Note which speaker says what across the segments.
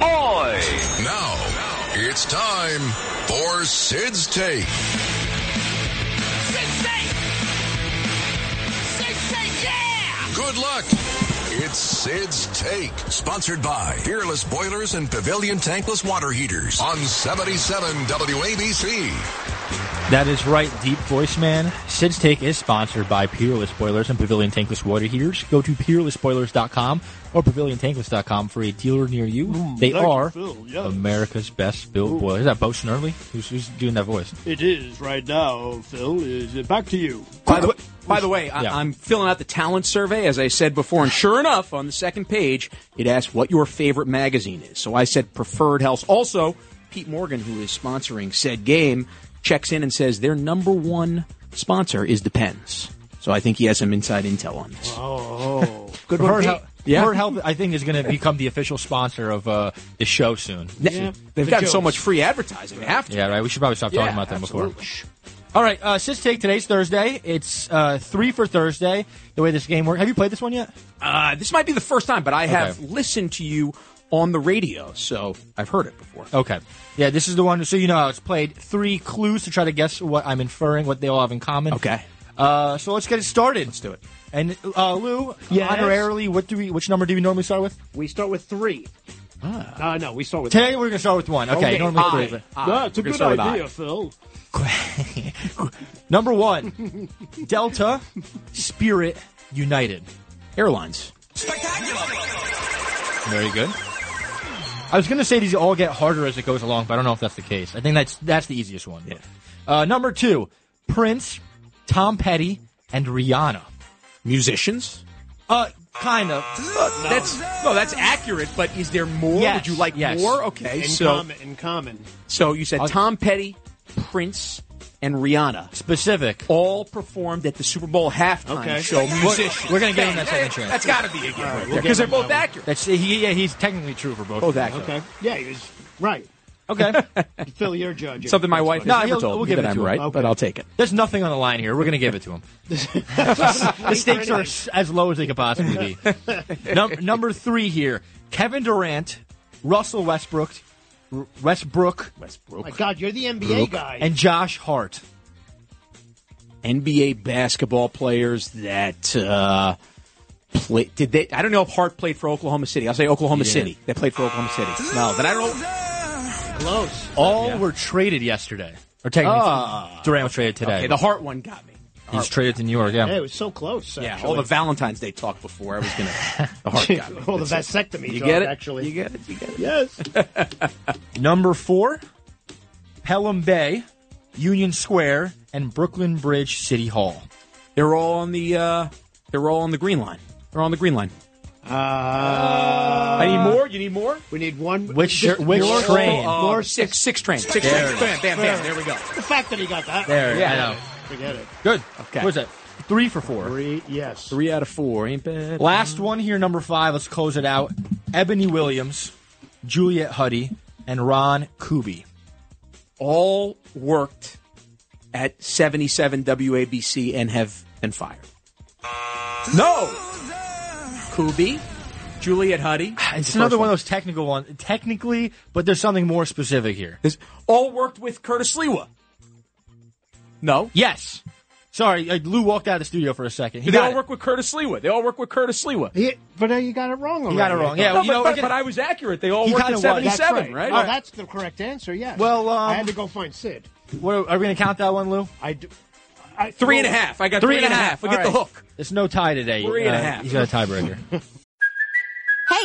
Speaker 1: Boy!
Speaker 2: Now, it's time for Sid's Take.
Speaker 3: Six eight. Six eight, yeah.
Speaker 2: Good luck. It's Sid's Take, sponsored by Fearless Boilers and Pavilion Tankless Water Heaters on 77 WABC.
Speaker 4: That is right, Deep Voice Man. Sid's Take is sponsored by Peerless Boilers and Pavilion Tankless Water Heaters. Go to peerlessboilers.com or paviliontankless.com for a dealer near you. they
Speaker 5: thank you,
Speaker 4: are
Speaker 5: Phil. Yes.
Speaker 4: America's best built boilers. Is that Bo Snurley? Who's, who's doing that voice?
Speaker 5: It is right now, Phil. Is it back to you?
Speaker 6: By the way, by the way, I,
Speaker 4: Yeah.
Speaker 6: I'm filling out the talent survey as I said before, and sure enough, on the second page, it asks what your favorite magazine is. So I said preferred house. Also, Pete Morgan, who is sponsoring said game, checks in and says their number one sponsor is Depends. So I think he has some inside intel on this.
Speaker 5: Oh,
Speaker 6: Good one,
Speaker 4: Preferred
Speaker 6: Pete.
Speaker 4: Help-
Speaker 6: Yeah.
Speaker 4: Preferred Help, I think, is going to become the official sponsor of uh, the show soon.
Speaker 5: Yeah.
Speaker 6: They've
Speaker 5: The
Speaker 6: gotten so
Speaker 5: jokes.
Speaker 6: much free advertising. They have to.
Speaker 4: Yeah, right. We should probably stop talking
Speaker 6: Yeah,
Speaker 4: about them before.
Speaker 6: absolutely.
Speaker 4: All right, uh, Sid's Take. Today's Thursday. It's uh, three for Thursday. The way this game works. Have you played this one yet?
Speaker 6: Uh, this might be the first time, but I have
Speaker 4: Okay.
Speaker 6: listened to you on the radio, so I've heard it before.
Speaker 4: Okay. Yeah, this is the one. So you know, how it's played three clues to try to guess what I'm inferring, what they all have in common.
Speaker 6: Okay.
Speaker 4: Uh, so let's get it started. Let's
Speaker 6: do it.
Speaker 4: And uh, Lou,
Speaker 5: Yes?
Speaker 4: honorarily, what do we? Which number do we normally start with?
Speaker 5: we start with three. Ah. no, we start with
Speaker 4: Today we're gonna start with one. Okay,
Speaker 6: Okay,
Speaker 4: normally
Speaker 6: I.
Speaker 4: three.
Speaker 6: I.
Speaker 5: That's a
Speaker 6: Ah, We're gonna
Speaker 5: good
Speaker 6: start with
Speaker 5: idea,
Speaker 6: I.
Speaker 5: uh, Phil.
Speaker 4: but- Number one, Delta Spirit United.
Speaker 6: Airlines.
Speaker 4: Very good. I was gonna say these all get harder as it goes along, but I don't know if that's the case. I think that's that's the easiest one.
Speaker 6: Yeah.
Speaker 4: Uh, number two, Prince, Tom Petty, and Rihanna.
Speaker 6: Musicians.
Speaker 4: Uh, kind of.
Speaker 6: That's no, that's accurate. But is there more?
Speaker 4: Yes,
Speaker 6: Would you like
Speaker 4: yes.
Speaker 6: more? Okay,
Speaker 5: In
Speaker 6: so
Speaker 5: common, in common.
Speaker 6: so you said
Speaker 4: I'll-
Speaker 6: Tom Petty, Prince, and Rihanna
Speaker 4: Specific.
Speaker 6: all performed at the Super Bowl halftime
Speaker 5: Okay.
Speaker 6: show. Musicians.
Speaker 4: We're, we're gonna give him that second chance.
Speaker 6: That's got to be a good right
Speaker 5: we'll
Speaker 6: because
Speaker 5: give
Speaker 6: they're
Speaker 5: him
Speaker 6: both
Speaker 5: that one.
Speaker 6: accurate.
Speaker 4: That's he, yeah. He's technically true for both.
Speaker 6: Both accurate.
Speaker 5: Okay. Yeah, he was right.
Speaker 4: Okay.
Speaker 5: Phil, you're judging.
Speaker 6: Something my wife has
Speaker 4: No,
Speaker 6: never
Speaker 4: he'll-
Speaker 6: told
Speaker 4: we'll
Speaker 6: me
Speaker 4: give
Speaker 6: that
Speaker 4: it
Speaker 6: I'm
Speaker 4: to him.
Speaker 6: right, but
Speaker 5: Okay.
Speaker 6: I'll take it.
Speaker 4: There's nothing on the line here. We're gonna give it to him. the stakes are s- as low as they could possibly be. Num- number three here: Kevin Durant, Russell Westbrook, R- Westbrook,
Speaker 5: My God, you're the NBA guy.
Speaker 4: and Josh Hart.
Speaker 6: NBA basketball players that uh, play, did they? I don't know if Hart played for Oklahoma City. I'll say Oklahoma
Speaker 4: Yeah.
Speaker 6: City. They played for Oklahoma City. No, then I don't.
Speaker 5: close.
Speaker 4: All
Speaker 6: Yeah.
Speaker 4: were traded yesterday, or technically Durant was traded today.
Speaker 6: Okay, the Hart one got me.
Speaker 4: he was traded to New York. Yeah.
Speaker 5: Hey, it was so close. Actually.
Speaker 6: Yeah, all the Valentine's Day talk before I was gonna. The Hart got me.
Speaker 5: all the vasectomy.
Speaker 6: You
Speaker 5: talk,
Speaker 6: get it?
Speaker 5: Actually,
Speaker 6: you get it. You get it.
Speaker 5: yes.
Speaker 4: Number four, Pelham Bay, Union Square, and Brooklyn Bridge City Hall.
Speaker 6: They're all on the. Uh, they're all on the green line. They're on the green line.
Speaker 5: Uh,
Speaker 6: I need more. You need more.
Speaker 5: we need one.
Speaker 4: Which
Speaker 5: just
Speaker 4: which
Speaker 5: more-
Speaker 4: train?
Speaker 5: Oh,
Speaker 6: More
Speaker 5: more
Speaker 6: six, six train, six
Speaker 4: There
Speaker 6: train.
Speaker 4: it
Speaker 6: Bam, bam, bam. There we go.
Speaker 5: The fact that he got that.
Speaker 4: There,
Speaker 5: right,
Speaker 4: yeah, I
Speaker 5: forget
Speaker 4: know.
Speaker 5: it. Forget it.
Speaker 4: Good.
Speaker 6: Okay.
Speaker 4: What was that? Three for four.
Speaker 5: Three. Yes.
Speaker 6: Three out of four ain't bad.
Speaker 4: Last one here, number five. Let's close it out. Ebony Williams, Juliet Huddy, and Ron Kuby.
Speaker 6: all worked at 77 WABC and have been fired. No! Kubi, Juliet Huddy.
Speaker 4: It's another one of those technical ones, technically, but there's something more specific here.
Speaker 6: those. All worked with Curtis Lewa. No.
Speaker 4: Yes. Sorry, uh, Lou walked out of the studio for a second. He
Speaker 6: They
Speaker 4: got
Speaker 6: all
Speaker 4: it.
Speaker 6: work with Curtis Lewa. They all work with Curtis Lewa.
Speaker 5: He, but uh, you got it wrong. Already.
Speaker 4: You got it wrong. Yeah,
Speaker 6: no,
Speaker 4: well, you
Speaker 6: but,
Speaker 4: know,
Speaker 6: but,
Speaker 4: again-
Speaker 6: but I was accurate. They all
Speaker 4: He
Speaker 6: worked
Speaker 4: kinda
Speaker 6: at
Speaker 4: was. That's
Speaker 6: 77, right?
Speaker 5: Well, Oh, that's the correct answer. Yes.
Speaker 4: Well, um,
Speaker 5: I had to go find Sid.
Speaker 4: What, are we going to count that one, Lou?
Speaker 5: I do. I,
Speaker 6: Three
Speaker 5: well,
Speaker 6: and a half. I got three and a half.
Speaker 4: All
Speaker 6: I get the
Speaker 4: right.
Speaker 6: hook.
Speaker 4: There's no tie today.
Speaker 6: Three and a
Speaker 4: Uh,
Speaker 6: half.
Speaker 4: He's got a tiebreaker.
Speaker 7: Hey,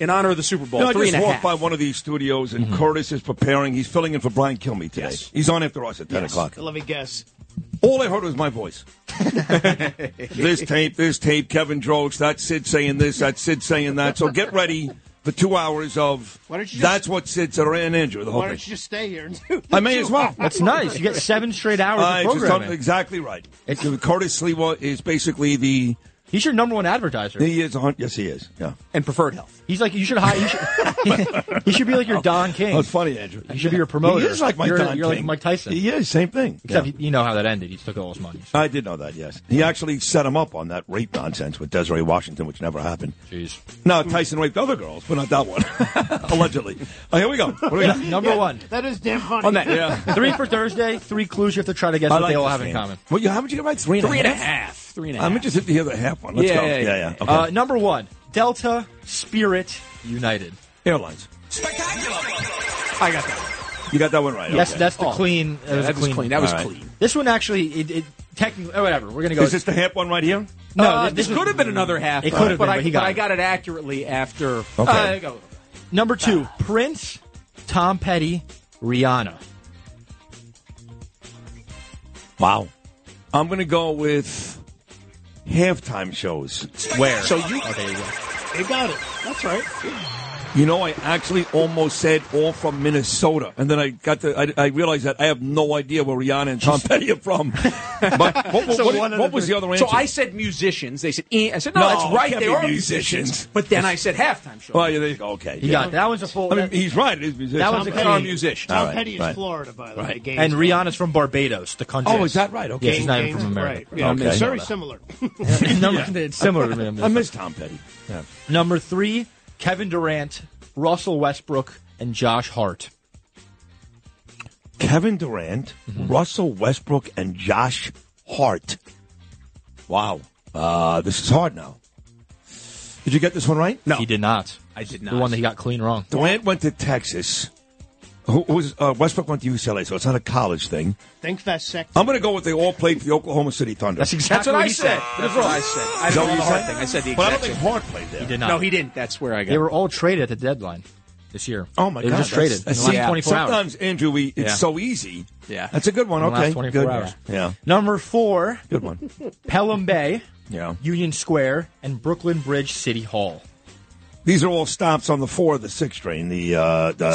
Speaker 6: in honor of the Super Bowl.
Speaker 7: You know, I
Speaker 6: three
Speaker 7: just
Speaker 6: and a
Speaker 7: walked
Speaker 6: half. Mm-hmm.
Speaker 7: by one of these studios, and Curtis is preparing. He's filling in for Brian Kilmeade today.
Speaker 6: Yes.
Speaker 7: He's on after us at 10 o'clock.
Speaker 5: Let me guess.
Speaker 7: All I heard was my voice. this tape, this tape, Kevin Drogs, that's Sid saying this, that's Sid saying that. So get ready for two hours of
Speaker 5: Why don't you just-
Speaker 7: that's what Sid said, or and Andrew, the whole
Speaker 5: Why
Speaker 7: thing.
Speaker 5: don't you just stay here and do
Speaker 7: I may as well.
Speaker 4: That's nice. You get seven straight hours
Speaker 7: I
Speaker 4: of
Speaker 7: just
Speaker 4: programming.
Speaker 7: don't, exactly right. Curtis Slewa is basically the
Speaker 4: He's your number one advertiser.
Speaker 7: he is on. Yes, he is. Yeah,
Speaker 6: and preferred health.
Speaker 4: He's like you should hire. You should, he should be like your Don King.
Speaker 7: that's funny, Andrew.
Speaker 4: You should be your promoter.
Speaker 7: He is like Mike
Speaker 4: You're-
Speaker 7: Don
Speaker 4: you're like
Speaker 7: King.
Speaker 4: Mike Tyson.
Speaker 7: He is same thing.
Speaker 4: Except
Speaker 7: Yeah.
Speaker 4: you know how that ended. He took all his money.
Speaker 7: I did know that. Yes, he actually set him up on that rape nonsense with Desiree Washington, which never happened.
Speaker 4: Jeez.
Speaker 7: No, Tyson raped other girls, but not that one. Allegedly. Oh, here we go. What do we got?
Speaker 4: Number one.
Speaker 5: That is damn funny.
Speaker 6: On that,
Speaker 4: Three for Thursday. Three clues you have to try to guess
Speaker 7: I
Speaker 4: what
Speaker 7: like
Speaker 4: they all
Speaker 7: this
Speaker 4: have in
Speaker 7: name.
Speaker 4: common.
Speaker 7: Well, you, how much did you write? Three
Speaker 6: Three and a half. Three and a half.
Speaker 7: I'm interested to hear the half one. Let's
Speaker 6: Yeah,
Speaker 7: go.
Speaker 6: yeah,
Speaker 7: Yeah,
Speaker 6: yeah.
Speaker 7: yeah. Okay.
Speaker 4: Uh, number one. Delta Spirit United.
Speaker 7: Airlines.
Speaker 6: I got that.
Speaker 7: You got that one right.
Speaker 4: That's
Speaker 7: okay.
Speaker 4: that's the
Speaker 6: Oh.
Speaker 4: clean. That was
Speaker 6: that
Speaker 4: a
Speaker 6: was
Speaker 4: clean.
Speaker 6: clean. That was
Speaker 7: All right.
Speaker 6: clean.
Speaker 4: This one actually, it, it technically, oh, whatever. We're gonna go.
Speaker 7: Is this the half one right here?
Speaker 4: no,
Speaker 6: Uh,
Speaker 4: this,
Speaker 6: this
Speaker 4: was-
Speaker 6: could have been another half.
Speaker 4: It could have
Speaker 6: but
Speaker 4: been,
Speaker 6: I,
Speaker 4: but he got
Speaker 6: I
Speaker 4: it.
Speaker 6: got it accurately after.
Speaker 7: Okay.
Speaker 6: Uh, go.
Speaker 4: number two. Prince, Tom Petty, Rihanna.
Speaker 7: Wow. I'm going to go with halftime shows.
Speaker 4: Where?
Speaker 6: So you
Speaker 4: okay, there you go.
Speaker 5: They got it. That's right.
Speaker 7: You know, I actually almost said all from Minnesota, and then I got to I, I realized that I have no idea where Rihanna and Tom Petty are from. but what, what-
Speaker 6: So
Speaker 7: what-
Speaker 6: one of
Speaker 7: what
Speaker 6: the-
Speaker 7: was the other answer?
Speaker 6: So I said musicians. They said eh. I said no.
Speaker 7: No,
Speaker 6: that's
Speaker 7: it
Speaker 6: right.
Speaker 7: can't
Speaker 6: They
Speaker 7: be
Speaker 6: are
Speaker 7: musicians.
Speaker 6: musicians. But then I said halftime show.
Speaker 7: Oh, yeah, there you go. Okay.
Speaker 4: You
Speaker 7: yeah.
Speaker 4: got that one's a full.
Speaker 7: I mean, he's right. It is musician.
Speaker 4: That was a
Speaker 6: They
Speaker 4: clean.
Speaker 6: are musicians.
Speaker 7: All
Speaker 5: Tom
Speaker 7: right,
Speaker 5: Petty is
Speaker 7: right.
Speaker 5: Florida, by the way. Gaines-
Speaker 4: and Rihanna's from Barbados, the country.
Speaker 7: Oh, is that right? Okay.
Speaker 4: Yeah, she's not even
Speaker 5: Gaines-
Speaker 4: from America.
Speaker 5: Right. Yeah,
Speaker 7: Okay.
Speaker 5: it's very
Speaker 4: Minnesota.
Speaker 5: similar.
Speaker 4: number, It's similar to me.
Speaker 7: I miss Tom Petty. Yeah.
Speaker 4: Number three, Kevin Durant, Russell Westbrook, and Josh Hart.
Speaker 7: Kevin Durant,
Speaker 4: Mm-hmm.
Speaker 7: Russell Westbrook, and Josh Hart. Wow. Uh, this is hard now. Did you get this one right?
Speaker 6: No,
Speaker 4: He did not.
Speaker 6: I did
Speaker 4: The
Speaker 6: not.
Speaker 4: one that he got clean wrong.
Speaker 7: Durant went to Texas. Who who was uh, Westbrook went to UCLA, so it's not a college thing.
Speaker 5: Think Fest sect.
Speaker 7: I'm going to go with they all played for the Oklahoma City Thunder.
Speaker 4: That's
Speaker 6: That's
Speaker 4: exactly
Speaker 6: what I
Speaker 4: he
Speaker 6: said. That's what I said. I
Speaker 7: Is that
Speaker 6: don't
Speaker 7: what
Speaker 6: know
Speaker 7: you
Speaker 6: the hard
Speaker 7: said?
Speaker 6: thing. I said the
Speaker 7: But I don't
Speaker 6: exact
Speaker 7: think
Speaker 6: same.
Speaker 7: Hart played there.
Speaker 4: He did not.
Speaker 6: No, he didn't. That's where I got.
Speaker 4: They were all traded at the deadline this year.
Speaker 7: Oh my
Speaker 4: they
Speaker 7: god!
Speaker 4: Were just
Speaker 7: that's-
Speaker 4: traded
Speaker 7: that's-
Speaker 4: in the
Speaker 7: yeah.
Speaker 4: last 24 hours.
Speaker 7: Sometimes, Andrew, we it's
Speaker 6: Yeah.
Speaker 7: so easy.
Speaker 6: Yeah.
Speaker 7: that's a good one.
Speaker 4: In the
Speaker 7: okay,
Speaker 4: last 24
Speaker 7: good.
Speaker 4: hours.
Speaker 7: Yeah,
Speaker 4: Number four,
Speaker 7: good one.
Speaker 4: Pelham Bay,
Speaker 7: Yeah.
Speaker 4: Union Square, and Brooklyn Bridge City Hall.
Speaker 7: These are all stops on the four of the six train, the uh, the,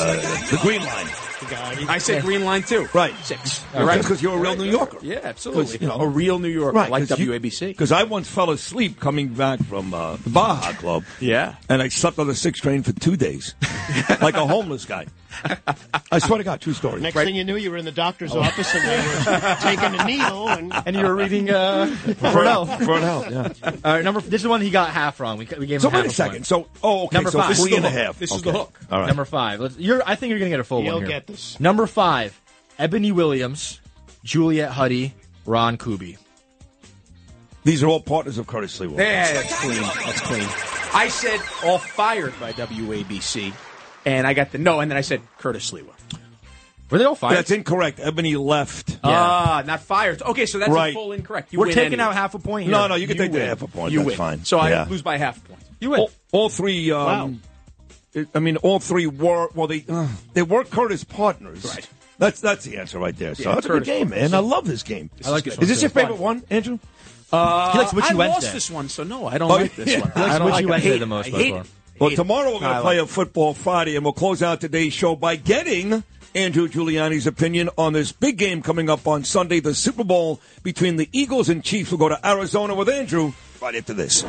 Speaker 7: the Green Line.
Speaker 6: it. I said green line too.
Speaker 7: Right.
Speaker 6: Six.
Speaker 7: Right, because you're a real New Yorker.
Speaker 6: Yeah, absolutely.
Speaker 7: Because, you know,
Speaker 6: a real New Yorker, like WABC.
Speaker 7: Because I once fell asleep coming back from uh, the Baja Club.
Speaker 6: Yeah.
Speaker 7: And I slept on the six train for two days, like a homeless guy. I swear to God, true story.
Speaker 5: Next thing you knew, you were in the doctor's office and they were taking a needle. And
Speaker 4: And you were reading uh, Purnell.
Speaker 7: For hell, yeah.
Speaker 4: All right, number this is one he got half wrong. We, we gave him
Speaker 7: So
Speaker 4: half
Speaker 7: wait a second.
Speaker 4: Point.
Speaker 7: So oh, okay.
Speaker 4: Number
Speaker 7: so
Speaker 4: five.
Speaker 7: three
Speaker 4: This is the
Speaker 7: and a
Speaker 6: hook.
Speaker 7: half.
Speaker 6: This is
Speaker 7: Okay.
Speaker 6: the hook.
Speaker 7: All right.
Speaker 4: Number five. Let's, you're, I think you're going to get a full
Speaker 5: You'll
Speaker 4: one here.
Speaker 5: get this.
Speaker 4: Number five, Ebony Williams, Juliet Huddy, Ron Kuby.
Speaker 7: These are all partners of Curtis Lewa.
Speaker 6: Yeah, that's clean. That's clean. I said all fired by WABC, and I got the no, and then I said Curtis Lewa.
Speaker 4: Were they all fired?
Speaker 7: That's incorrect. Ebony left. Uh,
Speaker 4: Yeah.
Speaker 6: Ah, not fired. Okay, so that's
Speaker 7: Right.
Speaker 6: a full incorrect. You
Speaker 4: We're
Speaker 6: win
Speaker 4: taking
Speaker 6: anyway.
Speaker 4: out half a point. Here.
Speaker 7: no, no, you can take
Speaker 6: win.
Speaker 7: the half a point. Oh,
Speaker 6: You
Speaker 7: That's
Speaker 6: win.
Speaker 7: fine.
Speaker 6: So I
Speaker 7: Yeah.
Speaker 6: lose by half a point.
Speaker 4: You win.
Speaker 7: All, all three. Um,
Speaker 5: Wow.
Speaker 7: it- I mean, all three were well. They uh, they were Curtis partners.
Speaker 6: Right.
Speaker 7: That's that's the answer right there. So
Speaker 6: Yeah,
Speaker 7: that's a good
Speaker 6: Curtis
Speaker 7: game, man. I love this game.
Speaker 6: I like this
Speaker 7: Is
Speaker 6: one,
Speaker 7: this
Speaker 6: too.
Speaker 7: your favorite one, Andrew?
Speaker 4: he likes Witchy
Speaker 6: I
Speaker 4: Wednesday.
Speaker 6: lost this one, so no, I don't
Speaker 7: Oh,
Speaker 6: like this
Speaker 7: yeah.
Speaker 6: one.
Speaker 7: He
Speaker 4: likes
Speaker 6: I don't
Speaker 4: Witchy
Speaker 6: like
Speaker 4: Wednesday
Speaker 6: it. I
Speaker 4: the most
Speaker 6: hate
Speaker 4: by
Speaker 6: it.
Speaker 4: far.
Speaker 6: I
Speaker 7: Well,
Speaker 6: hate it.
Speaker 7: tomorrow we're going
Speaker 6: I
Speaker 7: to play
Speaker 6: like
Speaker 7: a football Friday, and we'll close out today's show by getting Andrew Giuliani's opinion on this big game coming up on Sunday, the Super Bowl between the Eagles and Chiefs. We'll go to Arizona with Andrew right after this.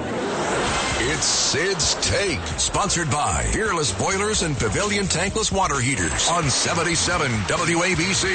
Speaker 2: It's Sid's Take, sponsored by Fearless Boilers and Pavilion Tankless Water Heaters on 77 WABC.